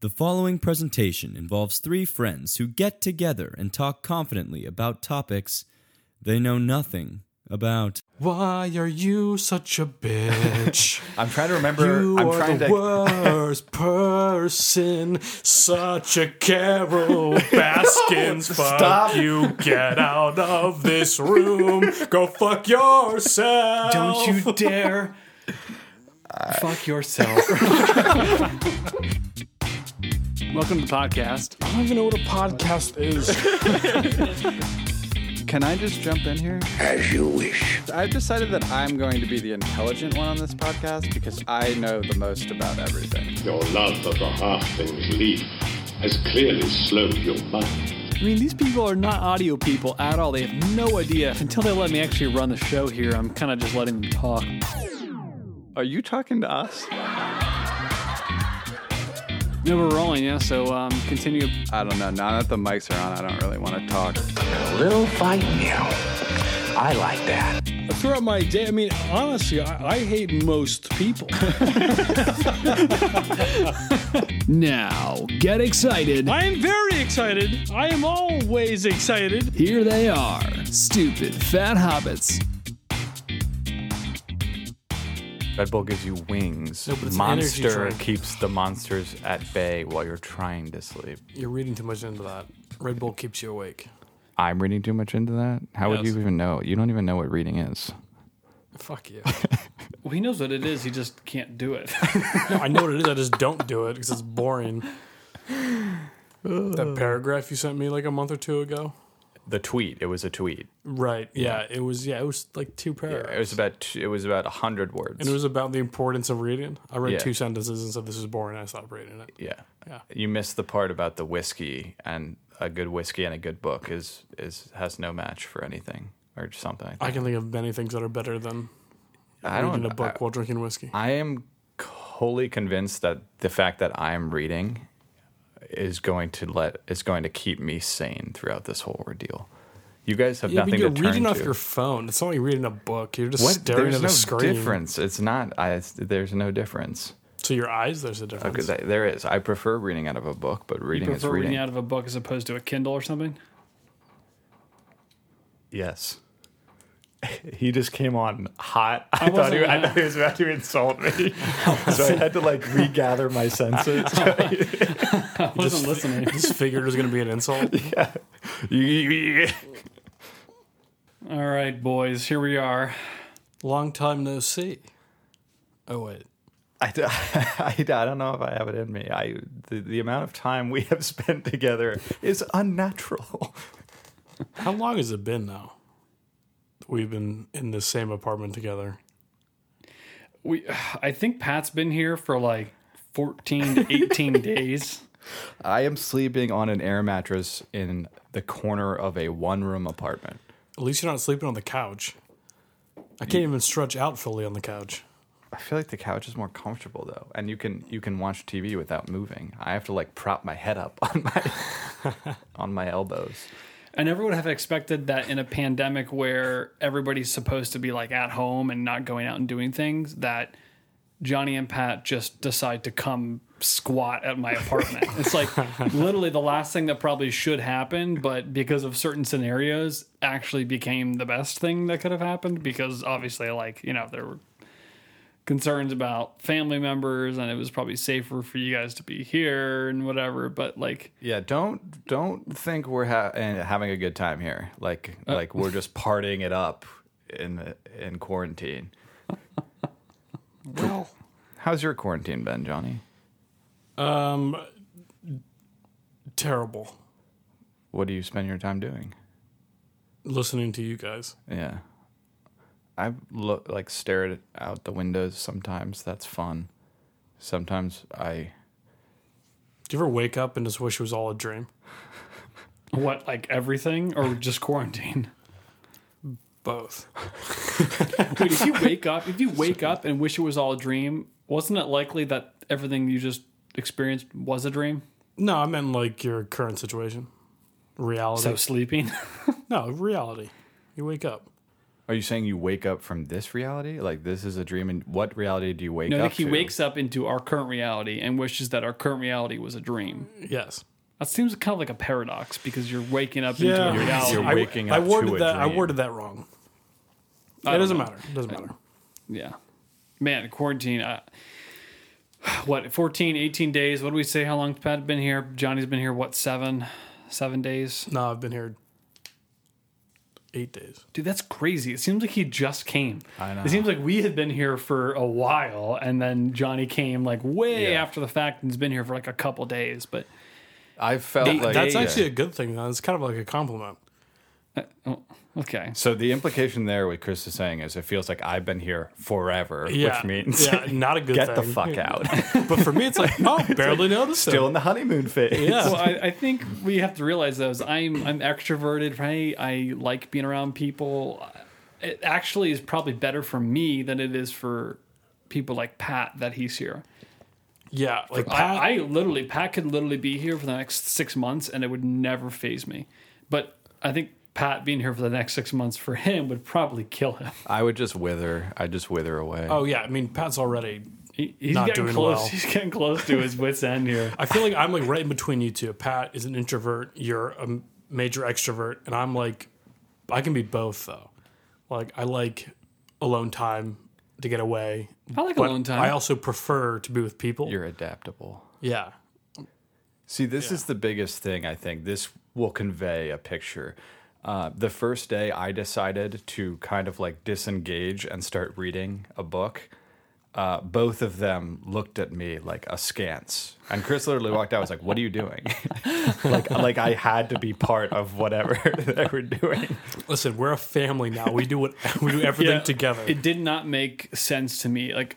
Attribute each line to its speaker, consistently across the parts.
Speaker 1: The following presentation involves three friends who get together and talk confidently about topics they know nothing about.
Speaker 2: Why are you such a bitch?
Speaker 3: I'm trying to remember.
Speaker 2: you
Speaker 3: I'm
Speaker 2: are
Speaker 3: trying
Speaker 2: the
Speaker 3: to.
Speaker 2: worst person. Such a Carol Baskins. fuck
Speaker 3: stop.
Speaker 2: you. Get out of this room. Go fuck yourself.
Speaker 4: Don't you dare fuck yourself.
Speaker 5: Welcome to the podcast.
Speaker 2: I don't even know what a podcast is.
Speaker 4: Can I just jump in here? As you wish. I've decided that I'm going to be the intelligent one on this podcast because I know the most about everything.
Speaker 6: Your love of the half things leaf has clearly slowed your mind.
Speaker 5: I mean, these people are not audio people at all. They have no idea. Until they let me actually run the show here, I'm kind of just letting them talk.
Speaker 4: Are you talking to us?
Speaker 5: No, we're rolling, yeah, so um, continue.
Speaker 4: I don't know. Now that the mics are on, I don't really want to talk.
Speaker 7: little fight now. I like that.
Speaker 8: throughout my day, I mean, honestly, I, I hate most people.
Speaker 5: Now, get excited.
Speaker 8: I am very excited. I am always excited.
Speaker 5: Here they are stupid, fat hobbits.
Speaker 3: Red Bull gives you wings.
Speaker 2: No, but it's an energy
Speaker 3: Monster
Speaker 2: drink.
Speaker 3: keeps the monsters at bay while you're trying to sleep.
Speaker 2: You're reading too much into that. Red Bull keeps you awake.
Speaker 3: I'm reading too much into that. How would
Speaker 2: Yes.
Speaker 3: you even know? You don't even know what reading is.
Speaker 2: Fuck you.
Speaker 5: Well, he knows what it is, he just can't do it.
Speaker 2: No, I know what it is. I just don't do it because it's boring. that paragraph you sent me like a month or two ago.
Speaker 3: The tweet. It was a tweet.
Speaker 2: Right. Yeah. It was. Yeah. It was like two paragraphs.
Speaker 3: It was about. t- It was about a hundred words.
Speaker 2: and it was about the importance of reading. I read
Speaker 3: Yeah.
Speaker 2: two sentences and said this is boring. and I stopped reading it.
Speaker 3: yeah. You missed the part about the whiskey and a good whiskey and a good book is is has no match for anything or something.
Speaker 2: I can think of many things that are better than
Speaker 3: I
Speaker 2: reading a book
Speaker 3: I-
Speaker 2: while drinking whiskey.
Speaker 3: I am wholly convinced that the fact that I'm reading is going to let is going to keep me sane throughout this whole ordeal. You guys have
Speaker 2: yeah, but
Speaker 3: nothing
Speaker 2: you're
Speaker 3: to turn
Speaker 2: reading
Speaker 3: to.
Speaker 2: off your phone. It's not like reading a book. You're just
Speaker 3: what?
Speaker 2: staring
Speaker 3: there's
Speaker 2: at
Speaker 3: no
Speaker 2: a screen.
Speaker 3: difference. It's not. I, it's, there's no difference.
Speaker 2: To your eyes, there's a difference.
Speaker 3: Okay, th- there is. I prefer reading out of a book, but reading is
Speaker 5: Prefer
Speaker 3: reading.
Speaker 5: reading out of a book as opposed to a Kindle or something?
Speaker 3: yes. He just came on hot. I,
Speaker 5: thought he- wasn't- I thought
Speaker 3: he was about to insult me, so I had to like regather my senses.
Speaker 5: I wasn't listening.
Speaker 2: This figured it was going to be an insult.
Speaker 5: All right, boys, here we are.
Speaker 2: Long time no see. Oh wait.
Speaker 3: I, d- I, d- I don't know if I have it in me. I the, the amount of time we have spent together is unnatural.
Speaker 2: How long has it been now? that We've been in the same apartment together.
Speaker 5: We, I think Pat's been here for like 14 to 18 days.
Speaker 3: I am sleeping on an air mattress in the corner of a one room apartment.
Speaker 2: At least you're not sleeping on the couch. I can't even stretch out fully on the couch.
Speaker 3: I feel like the couch is more comfortable though, and you can you can watch TV without moving. I have to like prop my head up on my on my elbows.
Speaker 5: I never would have expected that in a pandemic where everybody's supposed to be like at home and not going out and doing things, that Johnny and Pat just decide to come squat at my apartment. it's like literally the last thing that probably should happen, but because of certain scenarios, actually became the best thing that could have happened because obviously, like, you know, there were concerns about family members and it was probably safer for you guys to be here and whatever, but like,
Speaker 3: Yeah, don't don't think we're ha- and having a good time here. Like like we're just partying it up in the, in quarantine.
Speaker 2: Well,
Speaker 3: How's your quarantine been, Johnny?
Speaker 2: um, terrible.
Speaker 3: What do you spend your time doing?
Speaker 2: Listening to you guys.
Speaker 3: Yeah. I look like stared out the windows sometimes. That's fun. Sometimes I
Speaker 2: Do you ever wake up and just wish it was all a dream?
Speaker 5: What, like everything or just quarantine?
Speaker 2: Both.
Speaker 5: Wait, if you wake up, if you wake up and wish it was all a dream, wasn't it likely that everything you just experienced was a dream?
Speaker 2: No, I meant like your current situation, reality.
Speaker 5: So sleeping.
Speaker 2: no, reality. You wake up.
Speaker 3: Are you saying you wake up from this reality? Like this is a dream, and what reality do you wake
Speaker 5: No, I
Speaker 3: up
Speaker 5: think he
Speaker 3: to?
Speaker 5: wakes up into our current reality and wishes that our current reality was a dream.
Speaker 2: Yes.
Speaker 5: That seems kind of like a paradox because you're waking up
Speaker 2: Yeah.
Speaker 5: into a reality.
Speaker 3: You're
Speaker 2: I,
Speaker 3: waking
Speaker 2: I
Speaker 3: up to
Speaker 2: worded
Speaker 3: a
Speaker 2: that. I
Speaker 3: dream.
Speaker 2: worded that wrong.
Speaker 5: don't
Speaker 2: it doesn't
Speaker 5: know.
Speaker 2: matter. It doesn't matter.
Speaker 5: Yeah. Man, quarantine. Uh, what, 14, 18 days? What do we say? How long Pat been here? Johnny's been here, what, seven? Seven days?
Speaker 2: No, I've been here eight days.
Speaker 5: Dude, that's crazy. It seems like he just came.
Speaker 3: I know.
Speaker 5: It seems like we had been here for a while and then Johnny came like way
Speaker 3: Yeah.
Speaker 5: after the fact and has been here for like a couple days. But
Speaker 3: I felt like
Speaker 2: That's
Speaker 3: Yeah.
Speaker 2: actually a good thing. Though. It's kind of like a compliment.
Speaker 5: oh, okay.
Speaker 3: So the implication there, what Chris is saying, is it feels like I've been here forever,
Speaker 2: Yeah.
Speaker 3: which means
Speaker 2: yeah, not a good
Speaker 3: get
Speaker 2: thing.
Speaker 3: the fuck out.
Speaker 2: But for me, it's like, oh, barely noticed.
Speaker 3: Still
Speaker 2: Still,
Speaker 3: in the honeymoon phase.
Speaker 2: yeah.
Speaker 5: well, I, I think we have to realize those. I'm I'm extroverted, right? I like being around people. It actually is probably better for me than it is for people like Pat that he's here.
Speaker 2: yeah, like Pat,
Speaker 5: I, I literally Pat could literally be here for the next six months and it would never phase me. But I think Pat being here for the next six months for him would probably kill him.
Speaker 3: I would just wither. I just wither away.
Speaker 2: oh yeah. I mean, Pat's already.
Speaker 5: He, he's
Speaker 2: Not
Speaker 5: getting
Speaker 2: doing
Speaker 5: close.
Speaker 2: well.
Speaker 5: He's getting close to his wits end here.
Speaker 2: I feel like I'm like right in between you two. Pat is an introvert. You're a major extrovert, and I'm like, I can be both though. Like I like alone time to get away.
Speaker 5: I like
Speaker 2: but
Speaker 5: alone time.
Speaker 2: I also prefer to be with people.
Speaker 3: You're adaptable.
Speaker 2: yeah.
Speaker 3: See, this is the biggest thing I think. This will convey a picture. Uh, the first day I decided to kind of like disengage and start reading a book, uh, both of them looked at me like askance. And Chris literally walked out and was like, What are you doing? like, like I had to be part of whatever they were doing.
Speaker 2: Listen, we're a family now. We do what we do everything
Speaker 5: Yeah.
Speaker 2: together.
Speaker 5: It did not make sense to me. Like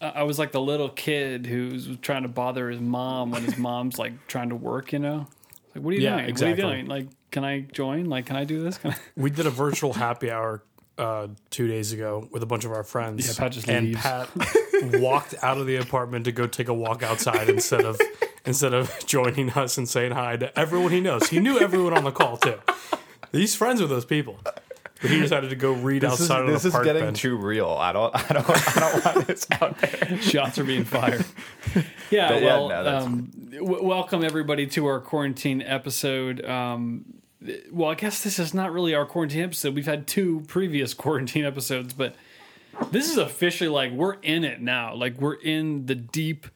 Speaker 5: I I was like the little kid who's trying to bother his mom when his mom's like trying to work. You know, like what are you
Speaker 2: Yeah,
Speaker 5: doing?
Speaker 2: exactly.
Speaker 5: What are you doing? Like, can I join? Like, can I do this? Can I?
Speaker 2: we did a virtual happy hour uh, two days ago with a bunch of our friends.
Speaker 5: Yeah, Pat just
Speaker 2: and
Speaker 5: leaves.
Speaker 2: Pat walked out of the apartment to go take a walk outside instead of instead of joining us and saying hi to everyone he knows. He knew everyone on the call too. He's friends with those people. But he decided to go read
Speaker 3: This is,
Speaker 2: outside on
Speaker 3: this
Speaker 2: the
Speaker 3: is
Speaker 2: park
Speaker 3: getting
Speaker 2: bench.
Speaker 3: too real. I don't, I don't, I don't want this out there.
Speaker 5: Shots are being fired. yeah,
Speaker 3: But yeah,
Speaker 5: well,
Speaker 3: no, that's-
Speaker 5: um, w- welcome everybody to our quarantine episode. Um, th- well, I guess this is not really our quarantine episode. We've had two previous quarantine episodes, but this is officially like we're in it now. Like we're in the deep,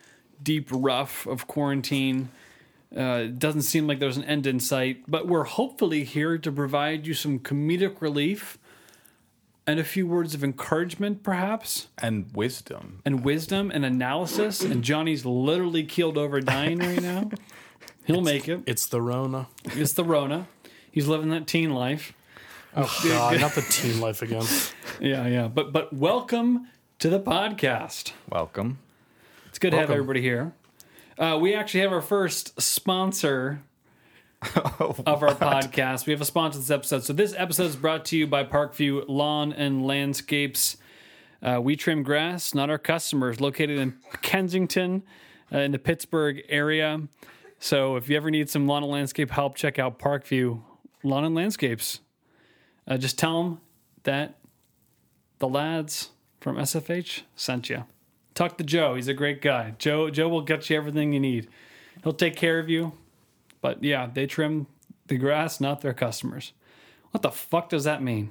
Speaker 5: deep rough of quarantine. Uh, it doesn't seem like there's an end in sight, but we're hopefully here to provide you some comedic relief and a few words of encouragement, perhaps
Speaker 3: And wisdom.
Speaker 5: and wisdom and analysis. And Johnny's literally keeled over dying right now. He'll make it.
Speaker 2: It's the Rona.
Speaker 5: It's the Rona. He's living that teen life.
Speaker 2: Oh God, not the teen life again.
Speaker 5: Yeah, yeah. But but welcome to the podcast.
Speaker 3: Welcome.
Speaker 5: It's good to have
Speaker 2: Welcome.
Speaker 5: everybody here. Uh, we actually have our first sponsor of our podcast. We have a sponsor this episode. So this episode is brought to you by Parkview Lawn and Landscapes. Uh, we trim grass, not our customers. Located in Kensington, uh, in the Pittsburgh area. So if you ever need some lawn and landscape help, check out Parkview Lawn and Landscapes. Uh, just tell them that the lads from SFH sent you. Talk to Joe. He's a great guy. Joe Joe will get you everything you need. He'll take care of you. But yeah, they trim the grass, not their customers. What the fuck does that mean?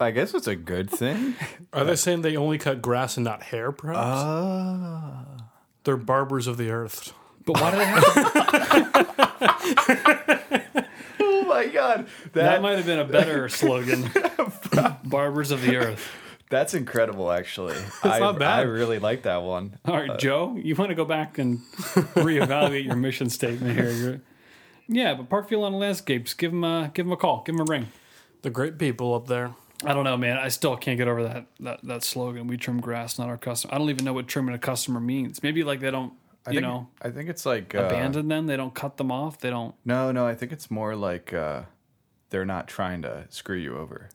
Speaker 3: I guess it's a good thing.
Speaker 2: Are they saying they only cut grass and not hair, perhaps?
Speaker 3: Ah.
Speaker 2: They're barbers of the earth.
Speaker 5: But why do they have to-
Speaker 3: oh my God.
Speaker 5: that might have been a better slogan. Barbers of the earth.
Speaker 3: That's incredible, actually. I,
Speaker 2: not bad.
Speaker 3: I really like that one.
Speaker 5: All right, Joe, you want to go back and reevaluate your mission statement here. You're- yeah, but Parkview Lawn and Landscapes, give them a give them a call, give them a ring.
Speaker 2: They're great people up there.
Speaker 5: I don't know, man. I still can't get over that that, that slogan. We trim grass, not our customer. I don't even know what trimming a customer means. Maybe like they don't, you
Speaker 3: think-
Speaker 5: know,
Speaker 3: I think it's like uh,
Speaker 5: abandon them. They don't cut them off. They don't.
Speaker 3: No, no, I think it's more like uh, they're not trying to screw you over.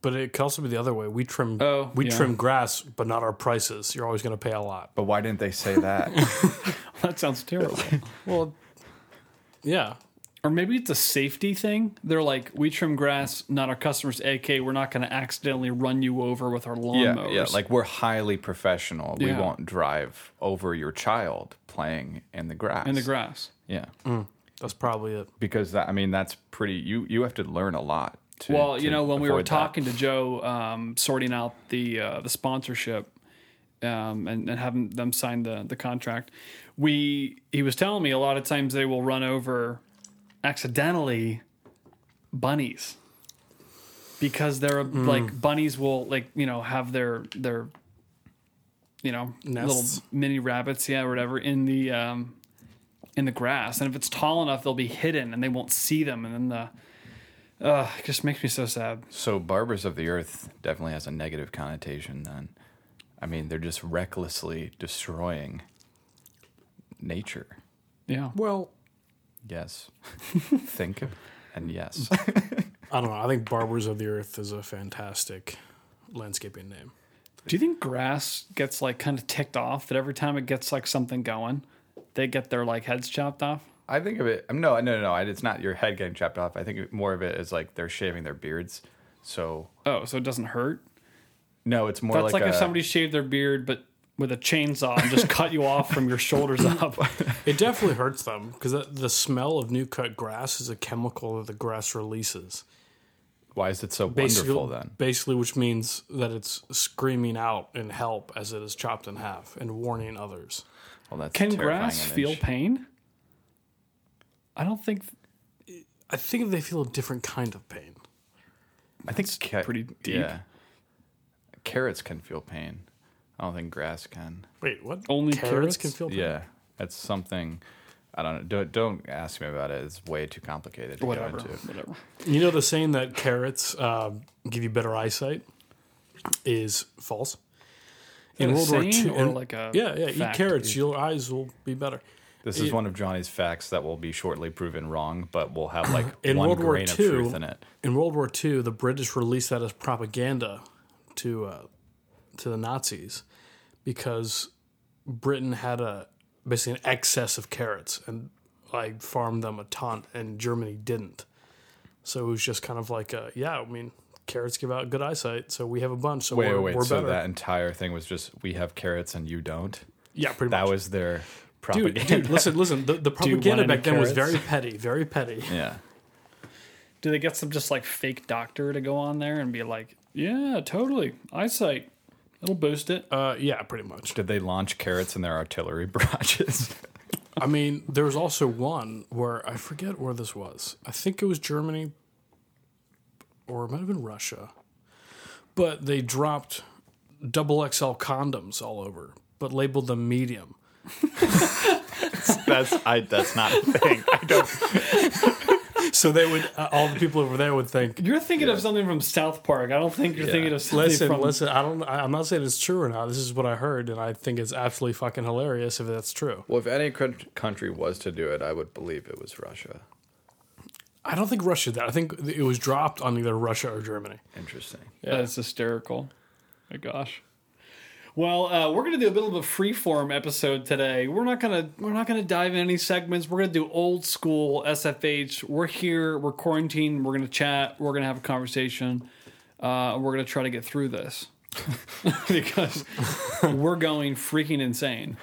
Speaker 2: But it could also be the other way. We trim
Speaker 5: Oh,
Speaker 2: we
Speaker 5: yeah.
Speaker 2: trim grass, but not our prices. You're always going to pay a lot.
Speaker 3: But why didn't they say that?
Speaker 5: That sounds terrible.
Speaker 2: Well, yeah.
Speaker 5: or maybe it's a safety thing. They're like, we trim grass, not our customers. AK, we're not going to accidentally run you over with our
Speaker 3: Yeah,
Speaker 5: lawnmowers.
Speaker 3: yeah. Like we're highly professional.
Speaker 5: Yeah.
Speaker 3: We won't drive over your child playing in the grass.
Speaker 5: in the grass.
Speaker 3: Yeah,
Speaker 2: That's probably it.
Speaker 3: because that, I mean that's pretty. You you have to learn a lot. To,
Speaker 5: Well, you
Speaker 3: to
Speaker 5: know, when we were
Speaker 3: avoid that.
Speaker 5: talking to Joe, um, sorting out the uh, the sponsorship um, and, and having them sign the the contract, we he was telling me a lot of times they will run over accidentally bunnies because they're
Speaker 3: Hmm.
Speaker 5: like bunnies will like you know have their their you know
Speaker 2: Nests.
Speaker 5: little mini rabbits yeah or whatever in the um, in the grass and if it's tall enough they'll be hidden and they won't see them and then the Ugh, it just makes me so sad.
Speaker 3: So, Barbers of the Earth definitely has a negative connotation then. I mean, they're just recklessly destroying nature.
Speaker 5: Yeah.
Speaker 2: Well,
Speaker 3: Yes. Think of- and yes.
Speaker 2: I don't know. I think Barbers of the Earth is a fantastic landscaping name.
Speaker 5: Do you think grass gets like kind of ticked off that every time it gets like something going, they get their like heads chopped off?
Speaker 3: I think of it. um, No, no, no, no. It's not your head getting chopped off. I think more of it is like they're shaving their beards. So,
Speaker 5: Oh, so it doesn't hurt?
Speaker 3: no, it's more
Speaker 5: That's like,
Speaker 3: like, a,
Speaker 5: if somebody shaved their beard but with a chainsaw and just cut you off from your shoulders up.
Speaker 2: It definitely hurts them because the, the smell of new cut grass is a chemical that the grass releases.
Speaker 3: Why is it so
Speaker 2: Basically,
Speaker 3: wonderful then?
Speaker 2: basically, which means that it's screaming out in help as it is chopped in half and warning others.
Speaker 3: Well, that's a
Speaker 5: Can
Speaker 3: terrifying
Speaker 5: grass
Speaker 3: image.
Speaker 5: feel pain? I don't think
Speaker 2: I think they feel a different kind of pain.
Speaker 3: I think ca-
Speaker 5: pretty deep.
Speaker 3: Yeah. Carrots can feel pain. I don't think grass can.
Speaker 2: Wait, what?
Speaker 5: Only carrots?
Speaker 2: can feel pain.
Speaker 3: Yeah, that's something. I don't know. Don't, don't ask me about it. It's way too complicated to
Speaker 5: whatever.
Speaker 3: go into.
Speaker 5: Whatever.
Speaker 2: You know the saying that carrots um, give you better eyesight is false.
Speaker 5: that a
Speaker 2: II,
Speaker 5: saying or
Speaker 2: in-
Speaker 5: like a
Speaker 2: yeah, yeah, eat
Speaker 5: fact?
Speaker 2: carrots, your eyes will be better.
Speaker 3: This is one of Johnny's facts that will be shortly proven wrong, but will have like
Speaker 2: In
Speaker 3: one
Speaker 2: World War
Speaker 3: grain of
Speaker 2: II,
Speaker 3: truth in it.
Speaker 2: In World War II, the British released that as propaganda to uh, to the Nazis because Britain had a basically an excess of carrots and like farmed them a ton, and Germany didn't. So it was just kind of like, uh, yeah, I mean, carrots give out good eyesight, so we have a bunch, so
Speaker 3: Wait,
Speaker 2: we're,
Speaker 3: wait, wait.
Speaker 2: we're
Speaker 3: So
Speaker 2: better.
Speaker 3: that entire thing was just we have carrots and you don't.
Speaker 2: yeah, pretty
Speaker 3: That
Speaker 2: much.
Speaker 3: was their
Speaker 2: dude,
Speaker 3: propaganda.
Speaker 2: dude, listen, listen. The, the
Speaker 5: you want
Speaker 2: propaganda
Speaker 5: any
Speaker 2: back then was
Speaker 5: carrots?
Speaker 2: very petty, very petty.
Speaker 3: Yeah.
Speaker 5: Do they get some just like fake doctor to go on there and be like, yeah, totally. Eyesight. It'll boost it.
Speaker 2: Uh, yeah, pretty much.
Speaker 3: Did they launch carrots in their artillery barrages?
Speaker 2: I mean, there was also one where I forget where this was. I think it was Germany or it might have been Russia. But they dropped double XL condoms all over, but labeled them medium.
Speaker 3: that's I. That's not a thing. I don't.
Speaker 2: So they would, uh, all the people over there would think,
Speaker 5: You're thinking of something from South Park. I don't think you're thinking of something
Speaker 2: listen,
Speaker 5: from.
Speaker 2: listen, I don't, I- I'm not saying it's true or not. This is what I heard, and I think it's absolutely fucking hilarious if that's true.
Speaker 3: Well, if any coun- country was to do it, I would believe it was Russia.
Speaker 2: I don't think Russia did that. I think it was dropped on either Russia or Germany.
Speaker 3: Interesting.
Speaker 5: That's hysterical. My gosh. Well, uh, we're gonna do a bit of a freeform episode today. We're not gonna we're not gonna dive in any segments. We're gonna do old school SFH. We're here. We're quarantined. We're gonna chat. We're gonna have a conversation. Uh, and we're gonna try to get through this because we're going freaking insane.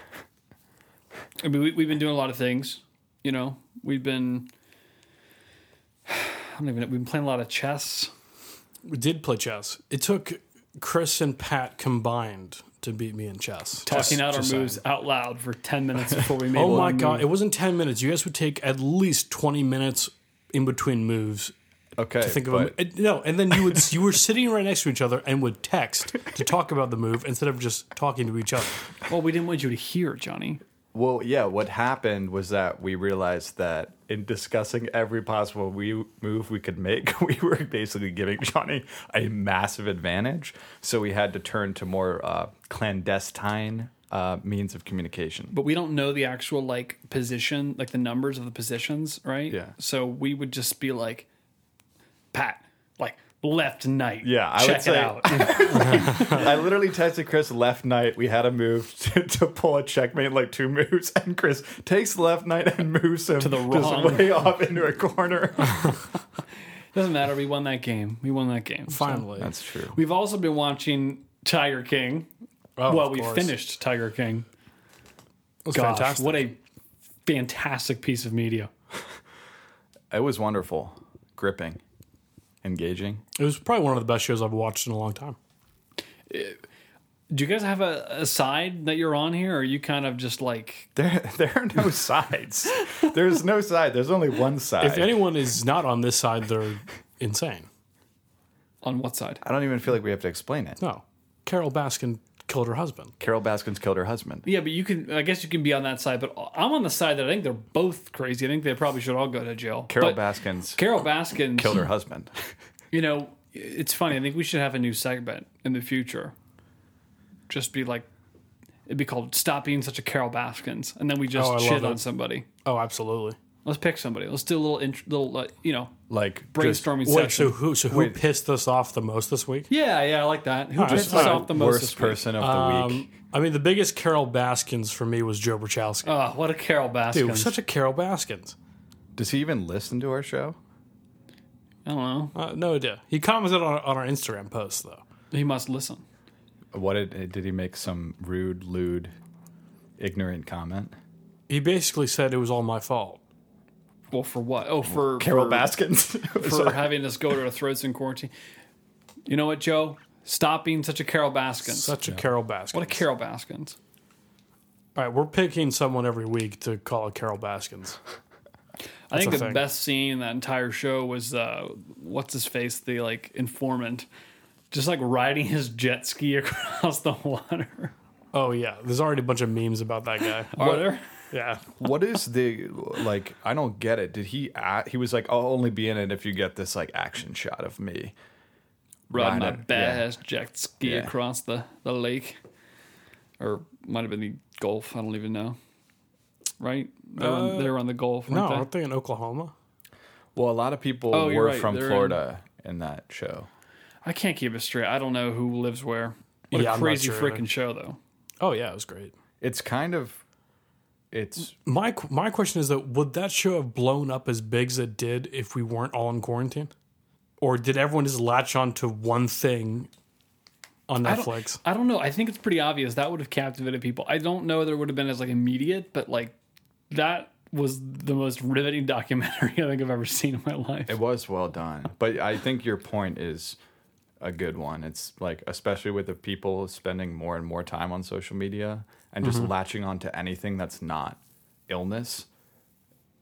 Speaker 5: I mean, we, we've been doing a lot of things. You know, we've been I don't even know, we've been playing a lot of chess.
Speaker 2: We did play chess. It took Chris and Pat combined to beat me in chess.
Speaker 5: talking out our
Speaker 2: Just
Speaker 5: moves
Speaker 2: saying.
Speaker 5: out loud for 10 minutes before we made
Speaker 2: Oh
Speaker 5: one
Speaker 2: my
Speaker 5: move.
Speaker 2: god! It wasn't ten minutes. You guys would take at least twenty minutes in between moves.
Speaker 3: Okay.
Speaker 2: Think of
Speaker 3: but-
Speaker 2: a, mo- and- no, and then you would you were sitting right next to each other and would text to talk about the move instead of just talking to each other.
Speaker 5: Well, we didn't want you to hear, Johnny.
Speaker 3: Well, yeah, what happened was that we realized that in discussing every possible we move we could make, we were basically giving Johnny a massive advantage. So we had to turn to more uh, clandestine uh, means of communication.
Speaker 5: But we don't know the actual like position, like the numbers of the positions, right?
Speaker 3: Yeah.
Speaker 5: So we would just be like, Pat, like left night.
Speaker 3: Yeah, I
Speaker 5: check
Speaker 3: would
Speaker 5: it
Speaker 3: say-
Speaker 5: out.
Speaker 3: I literally texted Chris left knight. We had a move to, to pull a checkmate like two moves, and Chris takes left knight and moves him to
Speaker 5: the
Speaker 3: just
Speaker 5: wrong.
Speaker 3: way off into a corner.
Speaker 5: Doesn't matter. We won that game. We won that game. So-
Speaker 2: Finally,
Speaker 3: That's true.
Speaker 5: We've also been watching Tiger King.
Speaker 2: Oh,
Speaker 5: well,
Speaker 2: of
Speaker 5: we
Speaker 2: course.
Speaker 5: finished Tiger King.
Speaker 2: It was
Speaker 5: Gosh,
Speaker 2: fantastic.
Speaker 5: what a fantastic piece of media.
Speaker 3: It was wonderful, gripping, engaging.
Speaker 2: it was probably one of the best shows I've watched in a long time.
Speaker 5: Do you guys have a, a side that you're on here, or are you kind of just like
Speaker 3: There, there are no sides. There's no side. There's only one side.
Speaker 2: If anyone is not on this side, they're insane.
Speaker 5: on what side?
Speaker 3: I don't even feel like we have to explain it.
Speaker 2: No, Carol Baskin killed her husband.
Speaker 3: Carol Baskin's killed her husband.
Speaker 5: Yeah, but you can. I guess you can be on that side, but I'm on the side that I think they're both crazy. I think they probably should all go to jail.
Speaker 3: Carol
Speaker 5: But
Speaker 3: Baskin's
Speaker 5: Carol Baskin
Speaker 3: killed her husband.
Speaker 5: You know, it's funny. I think we should have a new segment in the future. Just be like, it'd be called "Stop Being Such a Carol Baskins," and then we just
Speaker 2: Oh, I
Speaker 5: shit
Speaker 2: love
Speaker 5: on
Speaker 2: it.
Speaker 5: somebody.
Speaker 2: Oh, absolutely.
Speaker 5: Let's pick somebody. Let's do a little, int- little, uh, you know,
Speaker 3: Like just
Speaker 5: brainstorming
Speaker 2: Wait,
Speaker 5: session.
Speaker 2: so who so who pissed us off the most this week?
Speaker 5: yeah, yeah, I like that. Who
Speaker 2: right,
Speaker 5: just
Speaker 2: fine.
Speaker 5: off the most? Um,
Speaker 3: worst
Speaker 5: this week?
Speaker 3: person of the week.
Speaker 2: Um, I mean, the biggest Carol Baskins for me was Joe Burchowski.
Speaker 5: Oh, what a Carol
Speaker 2: Dude,
Speaker 5: Baskins!
Speaker 2: such a Carol Baskins.
Speaker 3: Does he even listen to our show?
Speaker 5: I don't know.
Speaker 2: Uh, no idea. He commented on, on our Instagram post though.
Speaker 5: He must listen.
Speaker 3: What did did he make some rude, lewd, ignorant comment?
Speaker 2: He basically said it was all my fault.
Speaker 5: Well, for what? Oh, for
Speaker 3: Carol
Speaker 5: for,
Speaker 3: Baskins.
Speaker 5: for having us go to our throats in quarantine. You know what, Joe? Stop being such a Carol Baskins.
Speaker 2: Such a Carol Baskins.
Speaker 5: what a Carol Baskins!
Speaker 2: All right, we're picking someone every week to call a Carol Baskins.
Speaker 5: I think
Speaker 2: a
Speaker 5: the
Speaker 2: thing.
Speaker 5: best scene in that entire show was uh, what's his face, the like informant, just like riding his jet ski across the water.
Speaker 2: Oh yeah, there's already a bunch of memes about that guy.
Speaker 5: Are there?
Speaker 2: yeah,
Speaker 3: what is the like? I don't get it. Did he? a he was like, "I'll only be in it if you get this like action shot of me."
Speaker 5: Riding
Speaker 3: Ride
Speaker 5: my
Speaker 3: it,
Speaker 5: badass jet ski
Speaker 3: Yeah.
Speaker 5: across the, the lake, or might have been the Gulf. I don't even know. Right? They were, on, they were on the Gulf.
Speaker 2: Uh, no,
Speaker 5: Weren't
Speaker 2: aren't
Speaker 5: they?
Speaker 2: they in Oklahoma?
Speaker 3: Well, a lot of people
Speaker 5: Oh, you're
Speaker 3: were
Speaker 5: right.
Speaker 3: from
Speaker 5: They're in-
Speaker 3: Florida in... that show.
Speaker 5: I can't keep it straight. I don't know who lives where. What
Speaker 2: Yeah,
Speaker 5: a
Speaker 2: I'm not
Speaker 5: crazy
Speaker 2: sure either.
Speaker 5: freaking show, though.
Speaker 2: Oh yeah, it was great.
Speaker 3: It's kind of, it's
Speaker 2: My qu- my question is though, would that show have blown up as big as it did if we weren't all in quarantine, or did everyone just latch on to one thing on
Speaker 5: I don't-
Speaker 2: Netflix?
Speaker 5: I don't know. I think it's pretty obvious that would have captivated people. I don't know there would have been as like immediate, but like that was the most riveting documentary I think I've ever seen in my life.
Speaker 3: it was well done, but I think your point is a good one. It's like especially with the people spending more and more time on social media and just latching on to anything that's not illness.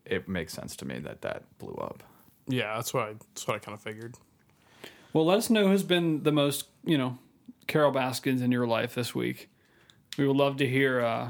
Speaker 3: It makes sense to me that that blew up.
Speaker 2: Yeah, that's what I that's what I kind of figured.
Speaker 5: Well, let us know who's been the most, you know, Carol Baskins in your life this week. We would love to hear uh,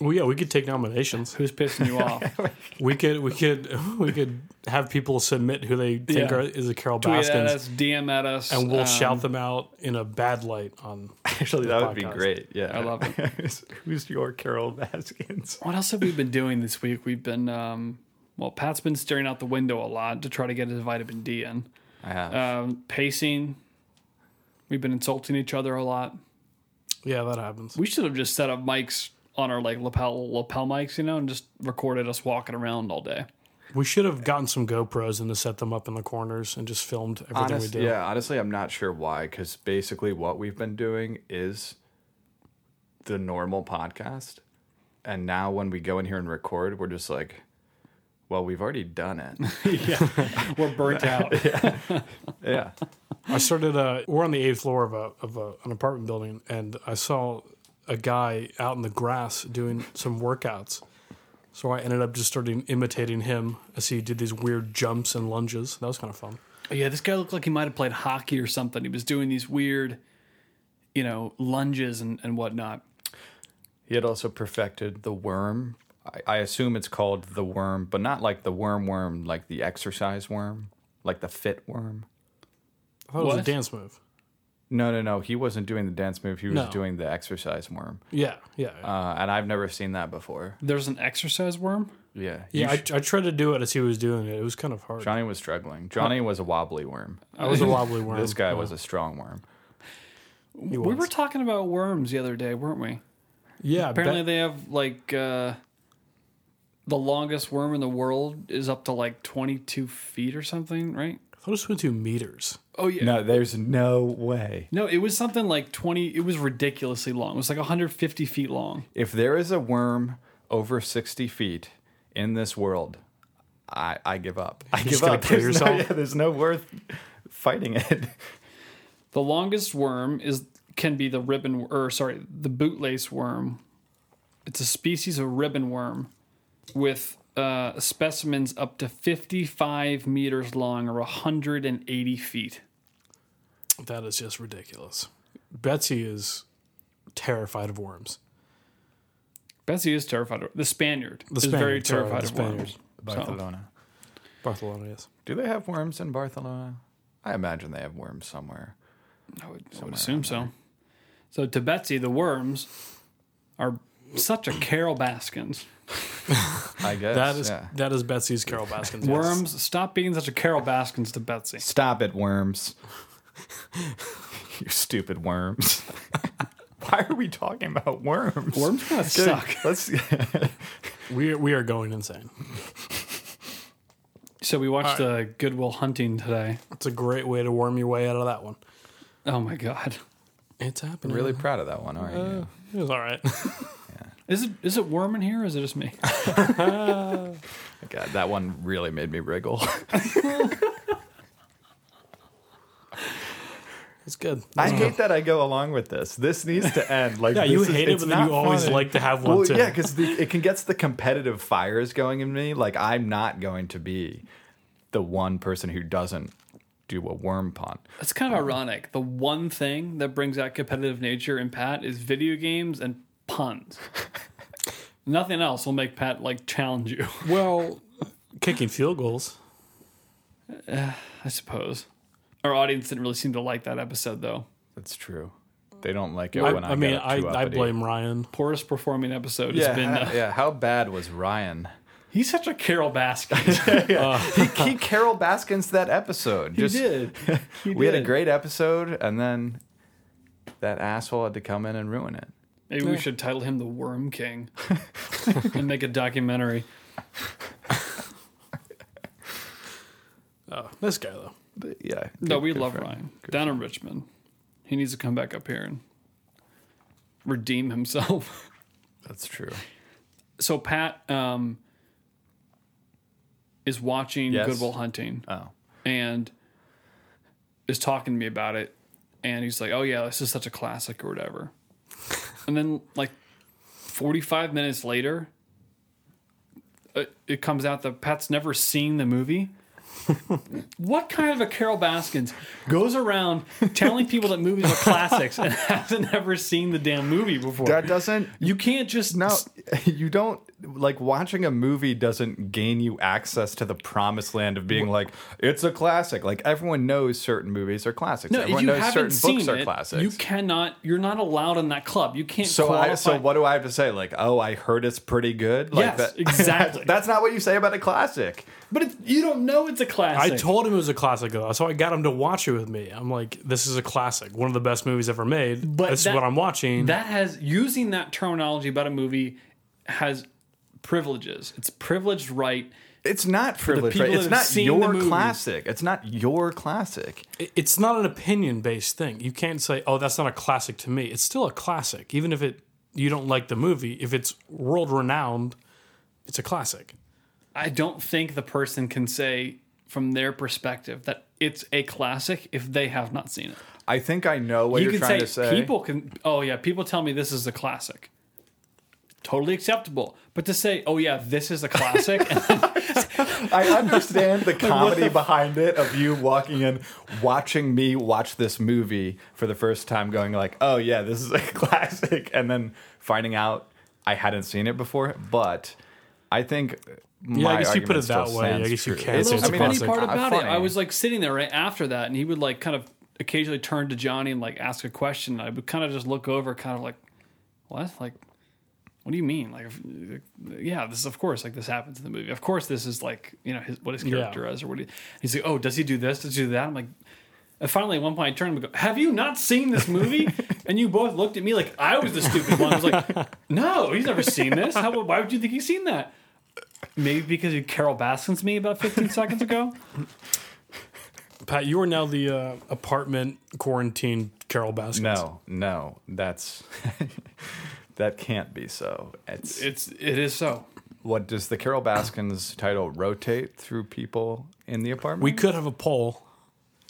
Speaker 2: Well, yeah, we could take nominations.
Speaker 5: who's pissing you off. Tweet
Speaker 2: We could we could we could have people submit who they think
Speaker 5: Yeah.
Speaker 2: are, is a Carol
Speaker 5: at
Speaker 2: Baskins,
Speaker 5: us, DM at us,
Speaker 2: and we'll
Speaker 5: um,
Speaker 2: shout them out in a bad light on.
Speaker 3: Actually,
Speaker 2: the
Speaker 3: that would be
Speaker 2: podcast.
Speaker 3: great. Yeah,
Speaker 5: I love
Speaker 3: it. Who's your Carol Baskins?
Speaker 5: What else have we been doing this week? We've been, um, well, Pat's been staring out the window a lot to try to get his vitamin D in.
Speaker 3: I have.
Speaker 5: Um, pacing. We've been insulting each other a lot.
Speaker 2: Yeah, that happens.
Speaker 5: We should have just set up mics on our like lapel lapel mics, you know, and just recorded us walking around all day.
Speaker 2: We should have gotten some GoPros and just set them up in the corners and just filmed everything
Speaker 3: Honest-
Speaker 2: we do.
Speaker 3: Yeah, honestly, I'm not sure why. Because basically, what we've been doing is the normal podcast, and now when we go in here and record, we're just like, well, we've already done it.
Speaker 5: We're burnt out.
Speaker 3: yeah,
Speaker 2: I started. Uh, we're on the eighth floor of a of a, an apartment building, and I saw a guy out in the grass doing some workouts. So I ended up just starting imitating him as he did these weird jumps and lunges. That was kind of fun.
Speaker 5: yeah, this guy looked like he might have played hockey or something. He was doing these weird, you know, lunges and, and whatnot.
Speaker 3: he had also perfected the worm. I, I assume it's called the worm, but not like the worm worm, like the exercise worm, like the fit worm.
Speaker 2: I thought it was a
Speaker 5: What?
Speaker 2: dance move.
Speaker 3: No, no, no. He wasn't doing the dance move. He was
Speaker 2: No.
Speaker 3: doing the exercise worm,
Speaker 2: Yeah, yeah. yeah.
Speaker 3: uh, and I've never seen that before.
Speaker 5: There's an exercise worm.
Speaker 3: Yeah. You
Speaker 2: Yeah, I,
Speaker 3: sh-
Speaker 2: I tried to do it as he was doing it. It was kind of hard.
Speaker 3: Johnny was struggling. Johnny was a wobbly worm.
Speaker 2: I was a wobbly worm.
Speaker 3: This guy
Speaker 2: Yeah.
Speaker 3: was a strong worm.
Speaker 2: He
Speaker 5: We
Speaker 2: was.
Speaker 5: were talking about worms the other day, weren't we?
Speaker 2: yeah.
Speaker 5: Apparently,
Speaker 2: Ba-
Speaker 5: they have like uh, the longest worm in the world is up to like 22 feet or something, right?
Speaker 2: I thought it was 22 meters.
Speaker 5: Oh, yeah.
Speaker 3: No, there's no way.
Speaker 5: No, it was something like 20. It was ridiculously long. It was like 150 feet long.
Speaker 3: If there is a worm over 60 feet in this world, I, I give up. I
Speaker 2: just
Speaker 3: give
Speaker 2: gonna
Speaker 3: up.
Speaker 2: kill
Speaker 3: There's No,
Speaker 2: yourself?
Speaker 3: yeah, there's no worth fighting it.
Speaker 5: The longest worm is can be the ribbon or sorry, the bootlace worm. It's a species of ribbon worm with uh, specimens up to 55 meters long or 180 feet.
Speaker 2: That is just ridiculous. Betsy is terrified of worms.
Speaker 5: Betsy is terrified of the Spaniard.
Speaker 2: The
Speaker 5: is very
Speaker 2: Spaniard, sorry,
Speaker 5: terrified
Speaker 2: the
Speaker 5: of worms.
Speaker 3: Barcelona.
Speaker 2: Barcelona, yes.
Speaker 3: Do they have worms in Barcelona? I imagine they have worms somewhere.
Speaker 5: I would, I would assume so. So to Betsy, the worms are such a Carol Baskins.
Speaker 3: I guess.
Speaker 2: That is
Speaker 3: yeah.
Speaker 2: that is Betsy's Carol Baskins. yes.
Speaker 5: Worms, stop being such a Carol Baskins to Betsy.
Speaker 3: Stop it, worms. you stupid worms. Why are we talking about worms?
Speaker 5: Worms kind of suck.
Speaker 3: Let's.
Speaker 2: We we are going insane.
Speaker 5: So we watched the Goodwill Hunting today.
Speaker 2: It's a great way to worm your way out of that one.
Speaker 5: Oh my god,
Speaker 2: It's happening.
Speaker 3: really proud of that one, aren't you? Oh
Speaker 2: It was all right.
Speaker 5: is it is it warm in here? Or is it just me?
Speaker 3: God, that one really made me wriggle.
Speaker 2: It's good.
Speaker 3: I hate that I go along with this. This needs to end. Like,
Speaker 2: Yeah,
Speaker 3: this
Speaker 2: you
Speaker 3: is-
Speaker 2: hate it,
Speaker 3: it's
Speaker 2: but then you
Speaker 3: not
Speaker 2: always
Speaker 3: fun.
Speaker 2: like to have one
Speaker 3: Well,
Speaker 2: too.
Speaker 3: yeah, because it can gets the competitive fires going in me. Like, I'm not going to be the one person who doesn't do a worm punt.
Speaker 5: It's kind of ironic. The one thing that brings out competitive nature in Pat is video games and puns. Nothing else will make Pat like challenge you.
Speaker 2: well, kicking field goals.
Speaker 5: I suppose. Our audience didn't really seem to like that episode though.
Speaker 3: That's true. They don't like it
Speaker 2: I,
Speaker 3: when I,
Speaker 2: I mean,
Speaker 3: get
Speaker 2: I,
Speaker 3: too
Speaker 2: I
Speaker 3: uppity.
Speaker 2: blame Ryan.
Speaker 5: Poorest performing episode
Speaker 3: Yeah,
Speaker 5: has been.
Speaker 3: ha-
Speaker 5: Uh,
Speaker 3: yeah. How bad was Ryan?
Speaker 5: he's such a Carol Baskin.
Speaker 3: he, he Carol Baskins that episode. Just,
Speaker 5: He
Speaker 3: we had a
Speaker 5: did.
Speaker 3: great episode, and then that asshole had to come in and ruin it.
Speaker 5: Maybe we should title him the Worm King and make a documentary.
Speaker 2: This guy though.
Speaker 3: But yeah.
Speaker 5: No,
Speaker 3: good-
Speaker 5: we
Speaker 3: good
Speaker 5: love
Speaker 3: friend.
Speaker 5: Ryan down in Richmond. He needs to come back up here and redeem himself.
Speaker 3: That's true.
Speaker 5: so Pat um, is watching
Speaker 3: Yes.
Speaker 5: Goodwill Hunting
Speaker 3: Oh.
Speaker 5: and is talking to me about it, and he's like, "Oh yeah, this is such a classic or whatever." and then like forty five minutes later, it, it comes out that Pat's never seen the movie. what kind of a Carol Baskins goes around telling people that movies are classics and hasn't ever seen the damn movie before?
Speaker 3: That doesn't.
Speaker 5: you can't just
Speaker 3: No, you don't. Like, watching a movie doesn't gain you access to the promised land of being like, it's a classic. Like, everyone knows certain movies are classics.
Speaker 5: No, if
Speaker 3: everyone
Speaker 5: you
Speaker 3: knows
Speaker 5: haven't
Speaker 3: certain
Speaker 5: seen
Speaker 3: books
Speaker 5: it,
Speaker 3: are classics.
Speaker 5: you cannot. You're not allowed in that club. You can't.
Speaker 3: So
Speaker 5: qualify.
Speaker 3: I, so what do I have to say? Like, oh, I heard it's pretty good. Like
Speaker 5: Yes, exactly.
Speaker 3: that's not what you say about a classic.
Speaker 5: But it's, you don't know it's a classic.
Speaker 2: I told him it was a classic though, so I got him to watch it with me. I'm like, this is a classic, one of the best movies ever made.
Speaker 5: But
Speaker 2: this is
Speaker 5: that-
Speaker 2: what I'm watching.
Speaker 5: that has using that terminology about a movie has privileges. It's privileged right.
Speaker 3: It's not privilege.
Speaker 5: people
Speaker 3: Right?
Speaker 5: that
Speaker 3: It's
Speaker 5: have
Speaker 3: not
Speaker 5: seen the
Speaker 3: your
Speaker 5: movie.
Speaker 3: classic. It's not your classic.
Speaker 2: It- it's not an opinion based thing. You can't say, oh, that's not a classic to me. It's still a classic, even if it you don't like the movie. If it's world renowned, it's a classic.
Speaker 5: I don't think the person can say from their perspective that it's a classic if they have not seen it.
Speaker 3: I think I know what you are
Speaker 5: can
Speaker 3: trying to say.
Speaker 5: people can. Oh yeah, people tell me this is a classic. Totally acceptable, but to say, "Oh yeah, this is a classic,"
Speaker 3: I understand the comedy behind it of you walking in, watching me watch this movie for the first time, going like, "Oh yeah, this is a classic," and then finding out I hadn't seen it before. But I think.
Speaker 2: Yeah,
Speaker 3: my
Speaker 2: I guess you put
Speaker 3: argument
Speaker 2: it that
Speaker 3: still
Speaker 2: way. I
Speaker 3: stands
Speaker 2: guess you
Speaker 3: true.
Speaker 2: can. say
Speaker 5: That
Speaker 2: It's
Speaker 5: was
Speaker 2: a
Speaker 5: the
Speaker 3: mean,
Speaker 5: funny
Speaker 2: classic.
Speaker 5: part
Speaker 3: Uh,
Speaker 5: about it. I
Speaker 3: funny.
Speaker 5: was like sitting there right after that, and he would like kind of occasionally turn to Johnny and like ask a question. I would kind of just look over, kind of like, what? Like, what do you mean? Like, if- yeah, this is of course like this happens in the movie. Of course, this is like you know his, what his character is or what he, he's like. Oh, does he do this? Does he do that? I'm like. And finally, at one point, I turned and go, "Have you not seen this movie?" and you both looked at me like I was the stupid one. I was like, "No, he's never seen this. How, why would you think he's seen that?" Maybe because you Carol Baskin's me about 15 seconds ago.
Speaker 2: Pat, you are now the uh, apartment quarantine Carol Baskins.
Speaker 3: No, no, that's that can't be so. It's,
Speaker 5: It's it is so.
Speaker 3: what does the Carol Baskins title rotate through people in the apartment?
Speaker 2: We could have a poll.